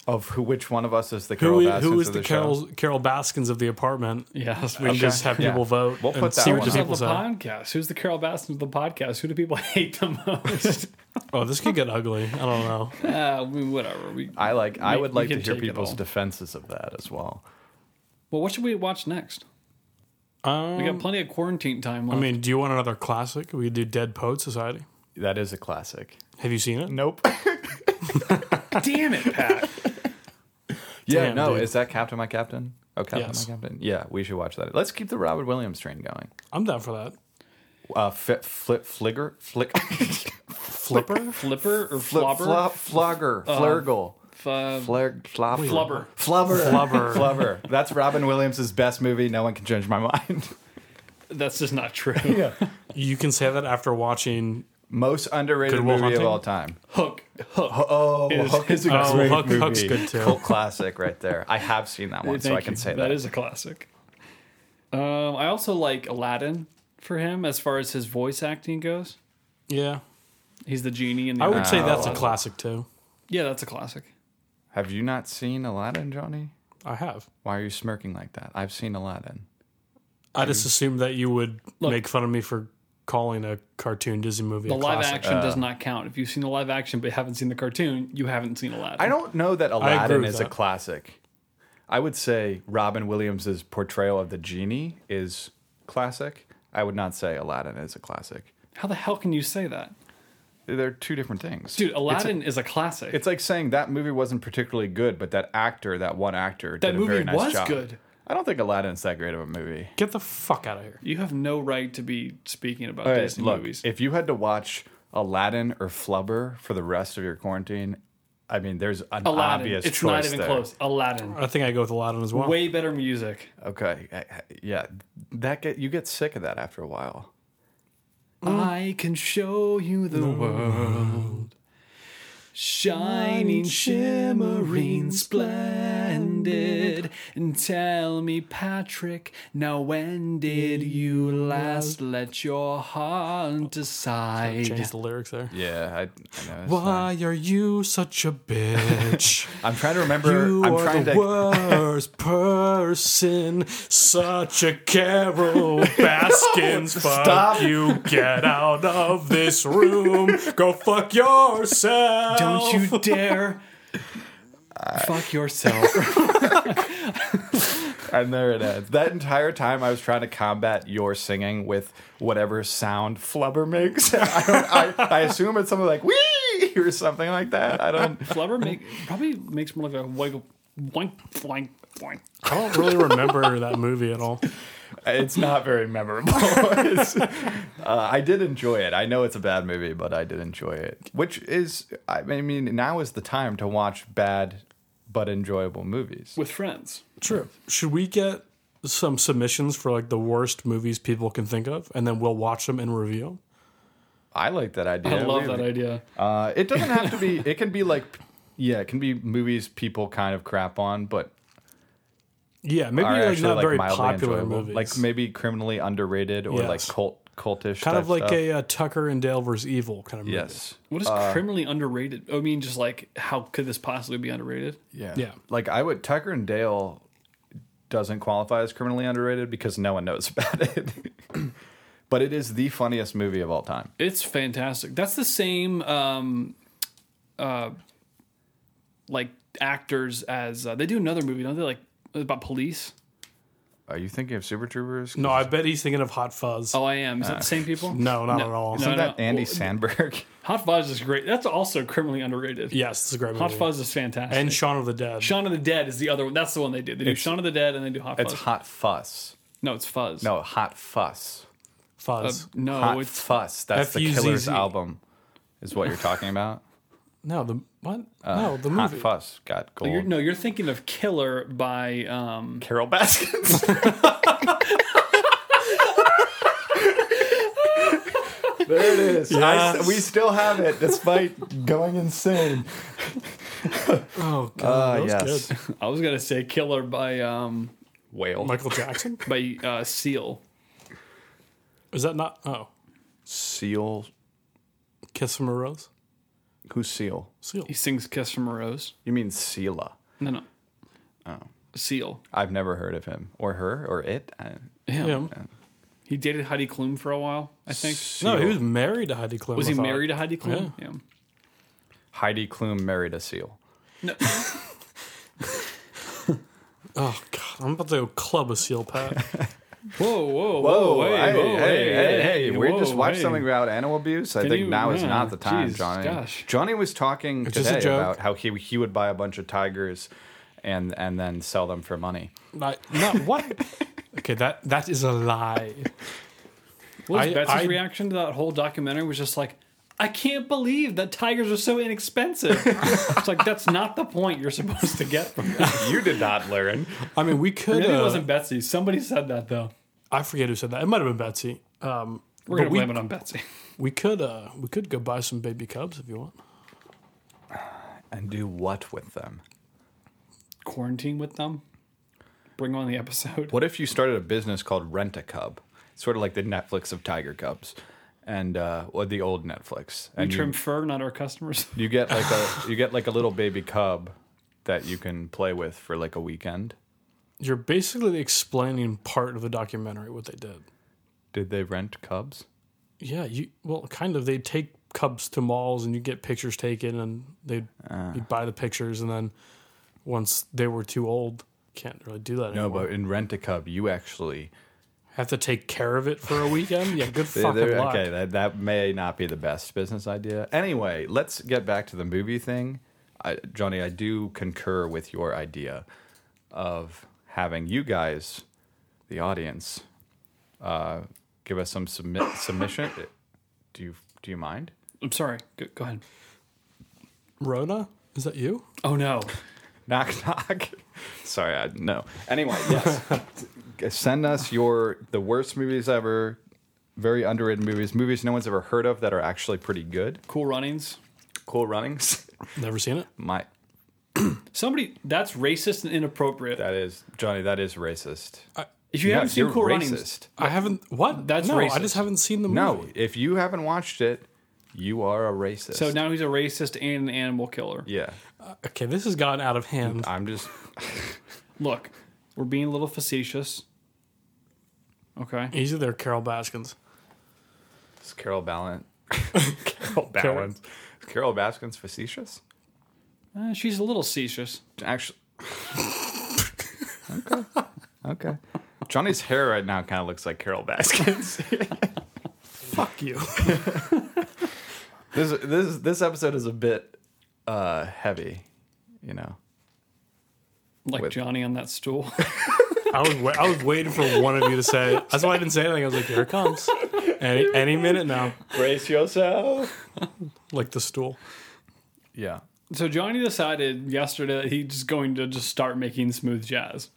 Speaker 3: of who, which one of us is the
Speaker 2: Who
Speaker 3: Carol
Speaker 2: i-
Speaker 3: Baskins
Speaker 2: who is
Speaker 3: of
Speaker 2: the,
Speaker 3: the show?
Speaker 2: Carol Carol Baskins of the apartment?
Speaker 5: Yes,
Speaker 2: We
Speaker 5: we should.
Speaker 2: just have
Speaker 3: yeah.
Speaker 2: people vote.
Speaker 3: We'll
Speaker 2: and
Speaker 3: put that
Speaker 2: see
Speaker 3: one
Speaker 2: what
Speaker 3: up.
Speaker 5: Just have
Speaker 2: people
Speaker 5: the
Speaker 2: say.
Speaker 5: podcast. Who's the Carol Baskin of the podcast? Who do people hate the most?
Speaker 2: Oh, this could get ugly. I don't know.
Speaker 5: uh, we, whatever. We,
Speaker 3: I like. I
Speaker 5: We-
Speaker 3: would
Speaker 5: we
Speaker 3: like to
Speaker 5: can
Speaker 3: hear
Speaker 5: take it
Speaker 3: people's
Speaker 5: all.
Speaker 3: defenses of that as well.
Speaker 5: well, what should we watch next?
Speaker 2: Um,
Speaker 5: We got plenty of quarantine time
Speaker 2: I
Speaker 5: left.
Speaker 2: mean, do you want another classic? We could do Dead Poet Society.
Speaker 3: That is a classic.
Speaker 2: Have you seen it?
Speaker 3: Nope.
Speaker 5: damn it, Pat.
Speaker 3: yeah.
Speaker 2: Damn,
Speaker 3: no.
Speaker 2: dude.
Speaker 3: Is that Captain My Captain? Oh, Captain
Speaker 2: Yes.
Speaker 3: My Captain. Yeah, we should watch that. Let's keep the Robert Williams train going.
Speaker 2: I'm down for that.
Speaker 3: Uh, fit, flip, fligger, flick,
Speaker 2: Flipper.
Speaker 5: Flipper or
Speaker 3: flip,
Speaker 5: flopper?
Speaker 3: flop, flogger, flurgle.
Speaker 5: F- uh,
Speaker 3: Flair, flopper.
Speaker 5: Flubber.
Speaker 3: Flubber.
Speaker 2: um, Flubber.
Speaker 3: Flubber. That's Robin Williams' best movie. No one can change my mind.
Speaker 5: that's just not true.
Speaker 2: you can say that after watching.
Speaker 3: Most underrated
Speaker 2: Good Will
Speaker 3: movie of
Speaker 2: Hunting?
Speaker 3: all time.
Speaker 5: Hook, hook.
Speaker 3: Oh, Hook is a
Speaker 2: Oh,
Speaker 3: great
Speaker 2: Hook-
Speaker 3: movie.
Speaker 2: Hook's good too.
Speaker 3: Cult classic right there. I have seen that one, so
Speaker 5: Thank
Speaker 3: I can
Speaker 5: you.
Speaker 3: say that.
Speaker 5: That is a classic. Um, I also like Aladdin for him as far as his voice acting goes.
Speaker 2: Yeah,
Speaker 5: He's the genie in the
Speaker 2: I would say that's a
Speaker 5: Aladdin.
Speaker 2: classic too.
Speaker 5: Yeah, that's a classic.
Speaker 3: Have you not seen Aladdin, Johnny?
Speaker 2: I have.
Speaker 3: Why are you smirking like that? I've seen Aladdin.
Speaker 2: I just assumed that you would make fun of me for calling a cartoon Disney movie a
Speaker 5: The live
Speaker 2: classic.
Speaker 5: action
Speaker 3: uh,
Speaker 5: does not count. If you've seen the live action but haven't seen the cartoon, you haven't seen Aladdin.
Speaker 3: I don't know that Aladdin
Speaker 2: with
Speaker 3: is a
Speaker 2: that.
Speaker 3: classic. I would say Robin Williams' portrayal of the genie is classic. I would not say Aladdin is a classic.
Speaker 5: How the hell can you say that,
Speaker 3: They're two different things.
Speaker 5: dude? Aladdin is a classic.
Speaker 3: It's like saying that movie wasn't particularly good, but that actor, that one actor,
Speaker 5: that
Speaker 3: did a
Speaker 5: movie
Speaker 3: very nice
Speaker 5: was
Speaker 3: job.
Speaker 5: good.
Speaker 3: I don't think Aladdin's that great of a movie.
Speaker 2: Get the fuck out of here.
Speaker 5: You have no right to be speaking about
Speaker 3: All right,
Speaker 5: Disney
Speaker 3: look,
Speaker 5: movies.
Speaker 3: if you had to watch Aladdin or Flubber for the rest of your quarantine, I mean, there's an
Speaker 5: Aladdin,
Speaker 3: obvious
Speaker 5: it's not
Speaker 3: choice
Speaker 5: even
Speaker 3: there.
Speaker 5: close. Aladdin,
Speaker 2: I think I go with Aladdin as well.
Speaker 5: way better music.
Speaker 3: Okay, I- I- yeah, that get you get sick of that after a while.
Speaker 5: I can show you the world. Shining, shimmering, splendid. And tell me, Patrick, now when did
Speaker 3: Mm.
Speaker 5: you last let your heart decide?
Speaker 2: Change the lyrics there.
Speaker 3: Yeah, I, I know. it's not-
Speaker 2: Why are you such a bitch?
Speaker 3: I'm trying to remember.
Speaker 2: you
Speaker 3: I'm
Speaker 2: are
Speaker 3: trying
Speaker 2: the
Speaker 3: to.
Speaker 2: worst person. Such a Carol Baskins. fuck
Speaker 3: stop.
Speaker 2: you. Get out of this room. Go fuck yourself.
Speaker 5: Don't you dare fuck yourself.
Speaker 3: And there it is. That entire time, I was trying to combat your singing with whatever sound flubber makes. I, don't, I, I assume it's something like wee or something like that. I don't.
Speaker 5: Flubber make, probably makes more like a wiggle, boink, boink, boink.
Speaker 2: I don't really remember that movie at all.
Speaker 3: It's not very memorable. It's- uh, I did enjoy it. I know it's a bad movie, but I did enjoy it. Which is, I mean, now is the time to watch bad but enjoyable movies.
Speaker 5: With friends.
Speaker 2: True. Should we get some submissions for like the worst movies people can think of, and then we'll watch them and review?
Speaker 3: I like that idea.
Speaker 5: I love
Speaker 3: We-
Speaker 5: that idea.
Speaker 3: Uh, it doesn't have to be. It can be like, yeah, it can be movies people kind of crap on, but
Speaker 2: Yeah, maybe
Speaker 3: are
Speaker 2: like
Speaker 3: actually
Speaker 2: not
Speaker 3: like
Speaker 2: very
Speaker 3: mildly
Speaker 2: popular
Speaker 3: enjoyable.
Speaker 2: movies.
Speaker 3: Like maybe criminally underrated or like
Speaker 2: Yes.
Speaker 3: cult cultish.
Speaker 2: kind
Speaker 3: type
Speaker 2: of like
Speaker 3: stuff.
Speaker 2: a uh, Tucker and Dale versus Evil kind of movie.
Speaker 3: yes.
Speaker 5: What is criminally underrated? I mean, just like, how could this possibly be underrated?
Speaker 3: Yeah.
Speaker 2: Yeah.
Speaker 3: Like I would Tucker and Dale doesn't qualify as criminally underrated because no one knows about it. but it is the funniest movie of all time.
Speaker 5: It's fantastic. That's the same, um, uh, like actors as uh, they do another movie, don't they? Like about police.
Speaker 3: Are you thinking of Super Troopers?
Speaker 2: No, I bet he's thinking of Hot Fuzz.
Speaker 5: Oh, I am. Is that the same people?
Speaker 2: No, not at all.
Speaker 3: Isn't
Speaker 5: no,
Speaker 3: that Andy
Speaker 5: Well,
Speaker 3: Sandberg?
Speaker 5: Hot Fuzz is great. That's also criminally underrated.
Speaker 2: Yes, it's a great movie.
Speaker 5: Hot Fuzz is fantastic.
Speaker 2: and Shaun of the Dead.
Speaker 5: Shaun of the Dead is the other one. That's the one they did. They do Shaun of the Dead and they do Hot
Speaker 3: it's
Speaker 5: Fuzz.
Speaker 3: Hot Fuss.
Speaker 5: No, it's Fuzz.
Speaker 3: No, Hot Fuss.
Speaker 2: Fuzz.
Speaker 5: No,
Speaker 3: Hot
Speaker 5: Oh, it's
Speaker 3: Fuss. That's the
Speaker 2: F.U.Z.Z..
Speaker 3: Killers album, is what you're talking about.
Speaker 2: no, the what? no, the
Speaker 3: Uh, Hot
Speaker 2: movie.
Speaker 3: Fuss got gold.
Speaker 5: you're, no. You're thinking of Killer by um,
Speaker 3: Carol Baskins. there it is. I s- we still have it despite going insane.
Speaker 2: Oh god,
Speaker 3: Ah,
Speaker 2: that was
Speaker 3: yes.
Speaker 2: good.
Speaker 5: I was gonna say Killer by um,
Speaker 3: Whale.
Speaker 2: Michael Jackson.
Speaker 5: by uh, Seal.
Speaker 2: Is that not? Oh,
Speaker 3: Seal.
Speaker 2: Kiss from a Rose.
Speaker 3: Who's Seal?
Speaker 2: Seal.
Speaker 5: He sings "Kiss from a Rose."
Speaker 3: You mean Sela?
Speaker 5: No, no. Seal.
Speaker 3: I've never heard of him or her or it. I,
Speaker 5: Him.
Speaker 2: Him.
Speaker 5: He dated Heidi Klum for a while, I think.
Speaker 2: No, he was married to Heidi Klum.
Speaker 5: Was
Speaker 2: I
Speaker 5: he
Speaker 2: thought.
Speaker 5: married to Heidi Klum? Yeah.
Speaker 3: Heidi Klum married a seal.
Speaker 2: Oh god, I'm about to go club a seal, Pat.
Speaker 5: Whoa, whoa,
Speaker 3: Oh,
Speaker 5: whoa, hey, whoa,
Speaker 3: We
Speaker 5: whoa,
Speaker 3: just watched
Speaker 5: hey.
Speaker 3: something about animal abuse. I think
Speaker 5: you-
Speaker 3: now is
Speaker 5: yeah,
Speaker 3: not the time,
Speaker 5: jeez,
Speaker 3: Johnny.
Speaker 5: gosh.
Speaker 3: Johnny was talking
Speaker 2: just a
Speaker 3: today
Speaker 2: joke.
Speaker 3: about how he he would buy a bunch of tigers and and then sell them for money.
Speaker 2: not, not what? Okay, that that is a lie.
Speaker 5: What was
Speaker 2: I-
Speaker 5: Betsy's
Speaker 2: I-
Speaker 5: reaction to that whole documentary was just like, I can't believe that tigers are so inexpensive. it's like that's not the point you're supposed to get from that.
Speaker 3: You did not learn.
Speaker 2: I mean, we could.
Speaker 5: Maybe it
Speaker 2: uh,
Speaker 5: wasn't Betsy. Somebody said that though.
Speaker 2: I forget who said that. It might have been Betsy. Um, but
Speaker 5: We're gonna
Speaker 2: we-
Speaker 5: blame it on Betsy.
Speaker 2: We could uh we could go buy some baby cubs if you want.
Speaker 3: And do what with them?
Speaker 5: Quarantine with them. Bring on the episode.
Speaker 3: What if you started a business called Rent a Cub? Sort of like the Netflix of tiger cubs, and uh, or the old Netflix.
Speaker 5: We
Speaker 3: And you-
Speaker 5: trim fur, not our customers.
Speaker 3: You get like a you get like a little baby cub that you can play with for like a weekend.
Speaker 2: You're basically explaining part of the documentary what they did.
Speaker 3: Did they rent cubs?
Speaker 2: Yeah, you well kind of they take cubs to malls and you get pictures taken and they
Speaker 5: Ah.
Speaker 2: would you'd buy the pictures and then once they were too old can't really do that
Speaker 3: No,
Speaker 2: anymore.
Speaker 3: but in rent a cub, you actually
Speaker 2: Have to take care of it for a weekend. Yeah, good
Speaker 3: They-
Speaker 2: fucking
Speaker 3: they're-
Speaker 2: luck.
Speaker 3: okay. That that may not be the best business idea. Anyway, let's get back to the movie thing. I, Johnny, I do concur with your idea of having you guys, the audience, uh, give us some submit submission. Do you do you mind?
Speaker 5: I'm sorry. Go, go ahead.
Speaker 2: Rona, is that you?
Speaker 5: Oh no.
Speaker 3: Knock knock. Sorry, I no. Anyway, yes. Send us your the worst movies ever, very underrated movies, movies no one's ever heard of that are actually pretty good.
Speaker 5: Cool runnings.
Speaker 3: Cool runnings.
Speaker 2: Never seen it?
Speaker 3: My
Speaker 5: Somebody that's racist and inappropriate.
Speaker 3: that is Johnny, that is racist.
Speaker 5: if Uh, you
Speaker 3: Yeah,
Speaker 5: haven't seen
Speaker 3: you're
Speaker 5: Cool Runnings,
Speaker 3: racist.
Speaker 2: I haven't what?
Speaker 5: That's
Speaker 2: no, I
Speaker 5: racist.
Speaker 2: just haven't seen the movie.
Speaker 3: No, if you haven't watched it, you are a racist.
Speaker 5: so now he's a racist and an animal killer.
Speaker 3: yeah,
Speaker 2: Okay, this has gotten out of hand.
Speaker 3: I'm just
Speaker 5: Look, we're being a little facetious. Okay.
Speaker 2: He's either Carol Baskins.
Speaker 3: it's Carol Ballant. Carol Ballant. Carol Baskin's facetious.
Speaker 5: Uh, she's a little facetious.
Speaker 3: Actually. okay. Okay. Johnny's hair right now kind of looks like Carol Baskins.
Speaker 2: Fuck you.
Speaker 3: this this this episode is a bit uh, heavy, you know.
Speaker 5: Like
Speaker 3: With-
Speaker 5: Johnny on that stool.
Speaker 2: I was wa- I was waiting for one of you to say. it. That's why I didn't say anything. I was like, here it comes. Any any minute now.
Speaker 3: Brace yourself.
Speaker 2: Like the stool.
Speaker 3: Yeah.
Speaker 5: so Johnny decided yesterday that he's going to just start making smooth jazz.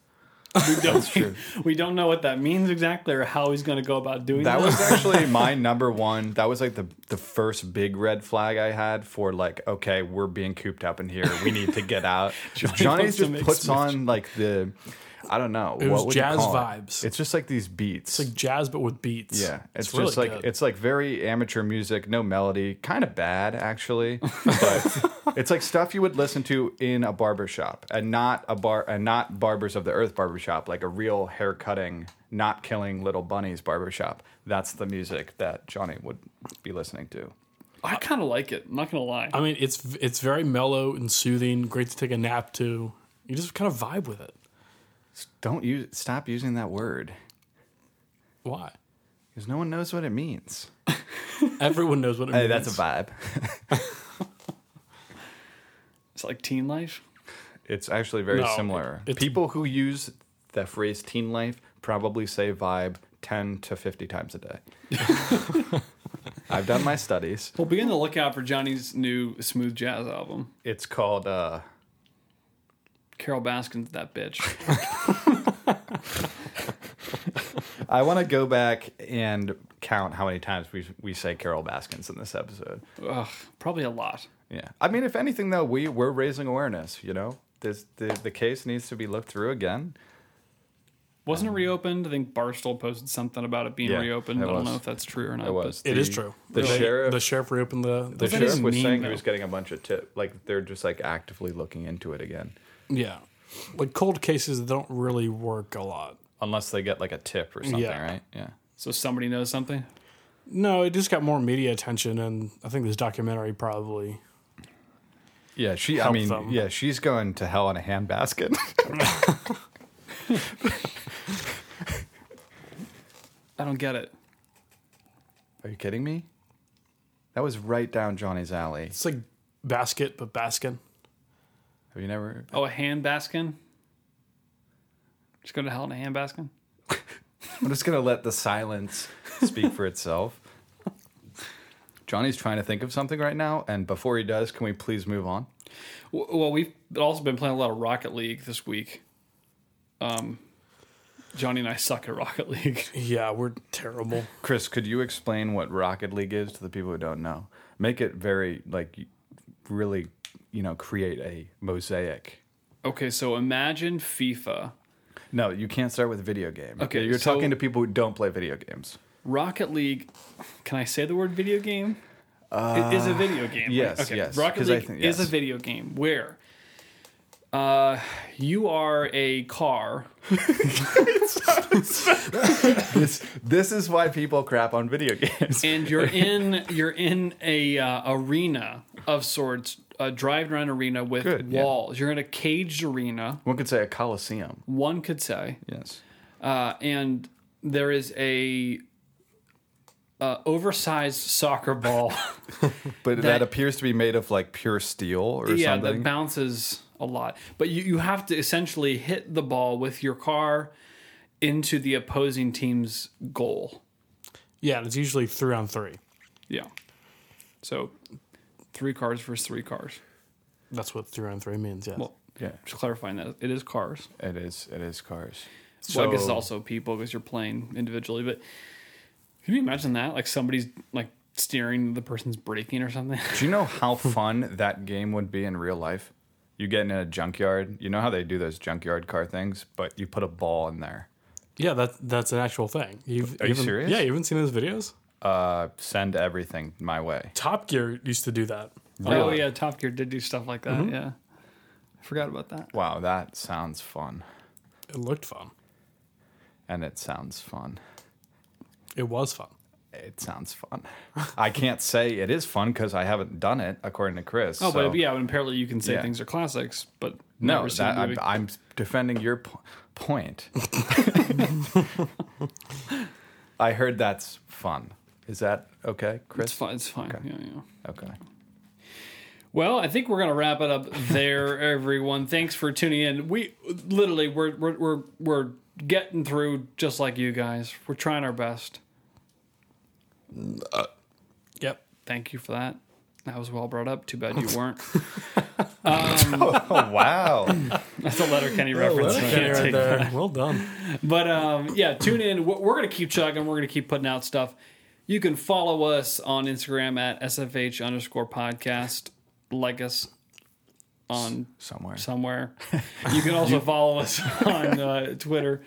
Speaker 5: We don't, we don't know what that means exactly or how he's going to go about doing that.
Speaker 3: That was actually my number one. That was like the the first big red flag I had for like, okay, we're being cooped up in here. We need to get out. Johnny
Speaker 5: wants to
Speaker 3: just
Speaker 5: make
Speaker 3: puts
Speaker 5: smooth
Speaker 3: on like the I don't know.
Speaker 2: was
Speaker 3: what would you
Speaker 2: jazz
Speaker 3: call it?
Speaker 2: vibes.
Speaker 3: It's just like these beats.
Speaker 2: Like jazz, but with beats.
Speaker 3: Yeah, it's,
Speaker 2: really
Speaker 3: just like
Speaker 2: good.
Speaker 3: it's like very amateur music, no melody, kind of bad actually, but it's like stuff you would listen to in a barber shop and not a bar and not barbers of the earth barber shop, like a real hair cutting, not killing little bunnies barber shop. That's the music that Johnny would be listening to.
Speaker 5: I kind of like it. I'm not going to lie.
Speaker 2: I mean, it's it's very mellow and soothing. Great to take a nap to. You just kind of vibe with it.
Speaker 3: Don't use stop using that word
Speaker 2: Why?
Speaker 3: because no one knows what it means.
Speaker 2: Everyone knows what it means.
Speaker 3: Hey, that's a vibe.
Speaker 5: It's like teen life.
Speaker 3: It's actually very
Speaker 2: No,
Speaker 3: similar.
Speaker 2: it- it's-
Speaker 3: People who use the phrase teen life probably say vibe ten to fifty times a day. I've done my studies.
Speaker 5: Well, be on the lookout for Johnny's new smooth jazz album.
Speaker 3: It's called uh,
Speaker 5: Carol Baskin's that bitch.
Speaker 3: I want to go back and count how many times we we say Carol Baskins in this episode.
Speaker 5: Ugh, probably a lot.
Speaker 3: Yeah, I mean, if anything though, we we're raising awareness. You know, There's, the the case needs to be looked through again.
Speaker 5: Wasn't it reopened? I think Barstool posted something about it being
Speaker 3: Um, Yeah,
Speaker 5: reopened.
Speaker 3: it
Speaker 5: I don't
Speaker 3: was.
Speaker 5: know if that's true or not.
Speaker 3: It was.
Speaker 2: It is true.
Speaker 3: The
Speaker 2: They-
Speaker 3: sheriff-
Speaker 2: The sheriff reopened the.
Speaker 3: The
Speaker 2: the
Speaker 5: that
Speaker 3: sheriff
Speaker 5: is
Speaker 3: was
Speaker 5: mean,
Speaker 3: saying
Speaker 5: though.
Speaker 3: he was getting a bunch of tips. Like they're just like actively looking into it again,
Speaker 2: yeah. Like cold cases don't really work a lot.
Speaker 3: unless they get like a tip or something,
Speaker 2: Yeah.
Speaker 3: right? Yeah.
Speaker 5: So somebody knows something.
Speaker 2: No, it just got more media attention, and I think this documentary probably.
Speaker 3: Yeah, she. I
Speaker 2: Help
Speaker 3: mean,
Speaker 2: them.
Speaker 3: yeah, she's going to hell in a handbasket.
Speaker 5: I don't get it.
Speaker 3: Are you kidding me? That was right down Johnny's alley.
Speaker 2: It's like basket, but baskin.
Speaker 3: Have you never?
Speaker 5: Oh, a hand baskin. Just go to hell in a hand baskin.
Speaker 3: I'm just gonna let the silence speak for itself. Johnny's trying to think of something right now, and before he does, can we please move on?
Speaker 5: W- Well, we've also been playing a lot of Rocket League this week. Um, Johnny and I suck at Rocket League.
Speaker 2: Yeah, we're terrible.
Speaker 3: Chris, could you explain what Rocket League is to the people who don't know? Make it very like really, you know, create a mosaic.
Speaker 5: okay, so imagine FIFA.
Speaker 3: No, you can't start with video game.
Speaker 5: Okay,
Speaker 3: you're
Speaker 5: so-
Speaker 3: talking to people who don't play video games.
Speaker 5: Rocket League. Can I say the word video game? it is a video game. right?
Speaker 3: Uh, yes, yes,
Speaker 5: Rocket
Speaker 3: 'cause I
Speaker 5: League
Speaker 3: think-
Speaker 5: is
Speaker 3: yes.
Speaker 5: a video game where uh, you are a car.
Speaker 3: This this is why people crap on video games.
Speaker 5: and you're in you're in a uh, arena of sorts, a drive around arena with
Speaker 3: Good, yeah.
Speaker 5: walls. You're in a caged arena,
Speaker 3: One could say a coliseum.
Speaker 5: one could say,
Speaker 3: Yes.
Speaker 5: uh, and there is a uh, oversized soccer ball,
Speaker 3: But that,
Speaker 5: That-
Speaker 3: appears to be made of like pure steel or
Speaker 5: yeah,
Speaker 3: something.
Speaker 5: that bounces a lot. But you you have to essentially hit the ball with your car into the opposing team's goal.
Speaker 2: Yeah, and it's usually three on three.
Speaker 5: Yeah, so three cars versus three cars.
Speaker 2: That's what three on three means. Yeah.
Speaker 5: Well,
Speaker 3: yeah,
Speaker 5: just clarifying that it is cars.
Speaker 3: it is. It is cars.
Speaker 5: well, I guess
Speaker 3: So-
Speaker 5: it's also people because you're playing individually. But can you imagine that? Like somebody's like steering, the person's braking or something.
Speaker 3: Do you know how fun that game would be in real life? You get in a junkyard. You know how they do those junkyard car things, but you put a ball in there.
Speaker 2: yeah, that that's an actual thing. You've,
Speaker 3: Are you
Speaker 2: even-
Speaker 3: serious?
Speaker 2: Yeah, you haven't seen those videos.
Speaker 3: Uh, send everything my way.
Speaker 2: Top Gear used to do that.
Speaker 5: Oh yeah, Top Gear did do stuff like
Speaker 3: Mm-hmm.
Speaker 5: that. Yeah, I forgot about that.
Speaker 3: Wow, that sounds fun,
Speaker 2: It looked fun.
Speaker 3: and it sounds fun.
Speaker 2: It was fun.
Speaker 3: It sounds fun. I can't say it is fun because I haven't done it, according to Chris.
Speaker 5: Oh,
Speaker 3: so-
Speaker 5: but yeah, and apparently you can say
Speaker 3: Yeah.
Speaker 5: things are classics, but
Speaker 3: No,
Speaker 5: never seen
Speaker 3: that,
Speaker 5: the
Speaker 3: I'm,
Speaker 5: movie.
Speaker 3: I'm defending your po- point. I heard that's fun. Is that okay, Chris?
Speaker 5: it's fine. It's fine. Yeah, yeah.
Speaker 3: Okay.
Speaker 5: Well, I think we're gonna wrap it up there, everyone. Thanks for tuning in. We literally we're we're we're, we're getting through just like you guys. We're trying our best.
Speaker 2: Yep.
Speaker 5: Thank you for that. That was well brought up. Too bad you weren't.
Speaker 3: Oh wow!
Speaker 5: That's a letter Kenny reference. You can't take that.
Speaker 2: Well done.
Speaker 5: But um, yeah, tune in. We're, we're going to keep chugging. We're going to keep putting out stuff. You can follow us on Instagram at SFH underscore podcast. Like us on
Speaker 3: Somewhere.
Speaker 5: somewhere. You can also follow us on uh, Twitter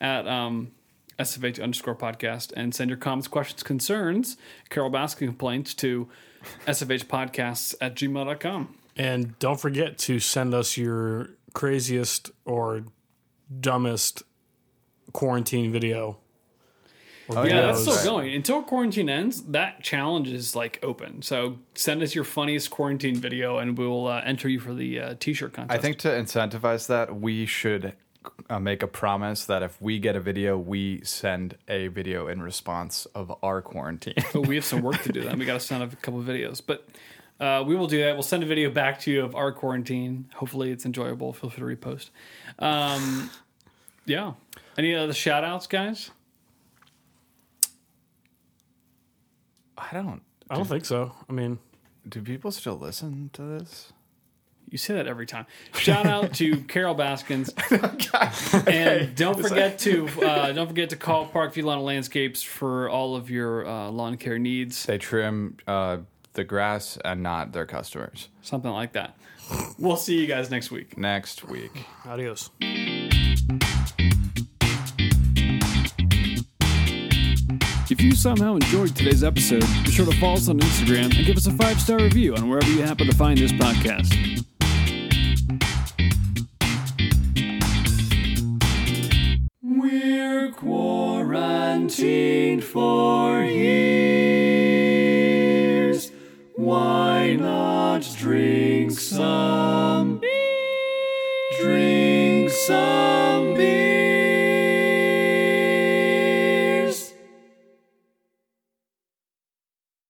Speaker 5: at um, SFH underscore podcast and send your comments, questions, concerns, Carol Baskin complaints to sfhpodcasts at gmail.com.
Speaker 2: And don't forget to send us your craziest or dumbest quarantine video.
Speaker 3: Oh,
Speaker 5: Yeah, that's
Speaker 2: Those.
Speaker 5: still going. Until quarantine ends, that challenge is like open. So send us your funniest quarantine video and we'll uh, enter you for the uh, t shirt contest.
Speaker 3: I think to incentivize that, we should uh, make a promise that if we get a video, we send a video in response of our quarantine.
Speaker 5: But we have some work to do then. We got to send up a couple of videos. But uh, we will do that. We'll send a video back to you of our quarantine. Hopefully it's enjoyable. Feel free to repost. Um, yeah. Any other shout outs, guys?
Speaker 3: I don't.
Speaker 2: I don't think so. I mean,
Speaker 3: Do people still listen to this?
Speaker 5: You say that every time. Shout out to Carol Baskins, and don't forget to uh, don't forget to call Parkview Lawn and Landscapes for all of your uh, lawn care needs,
Speaker 3: They trim uh, the grass and not their customers.
Speaker 5: something like that. We'll see you guys next week.
Speaker 3: Next week.
Speaker 2: adios.
Speaker 8: If you somehow enjoyed today's episode, be sure to follow us on Instagram and give us a five star review on wherever you happen to find this podcast.
Speaker 5: We're quarantined for you.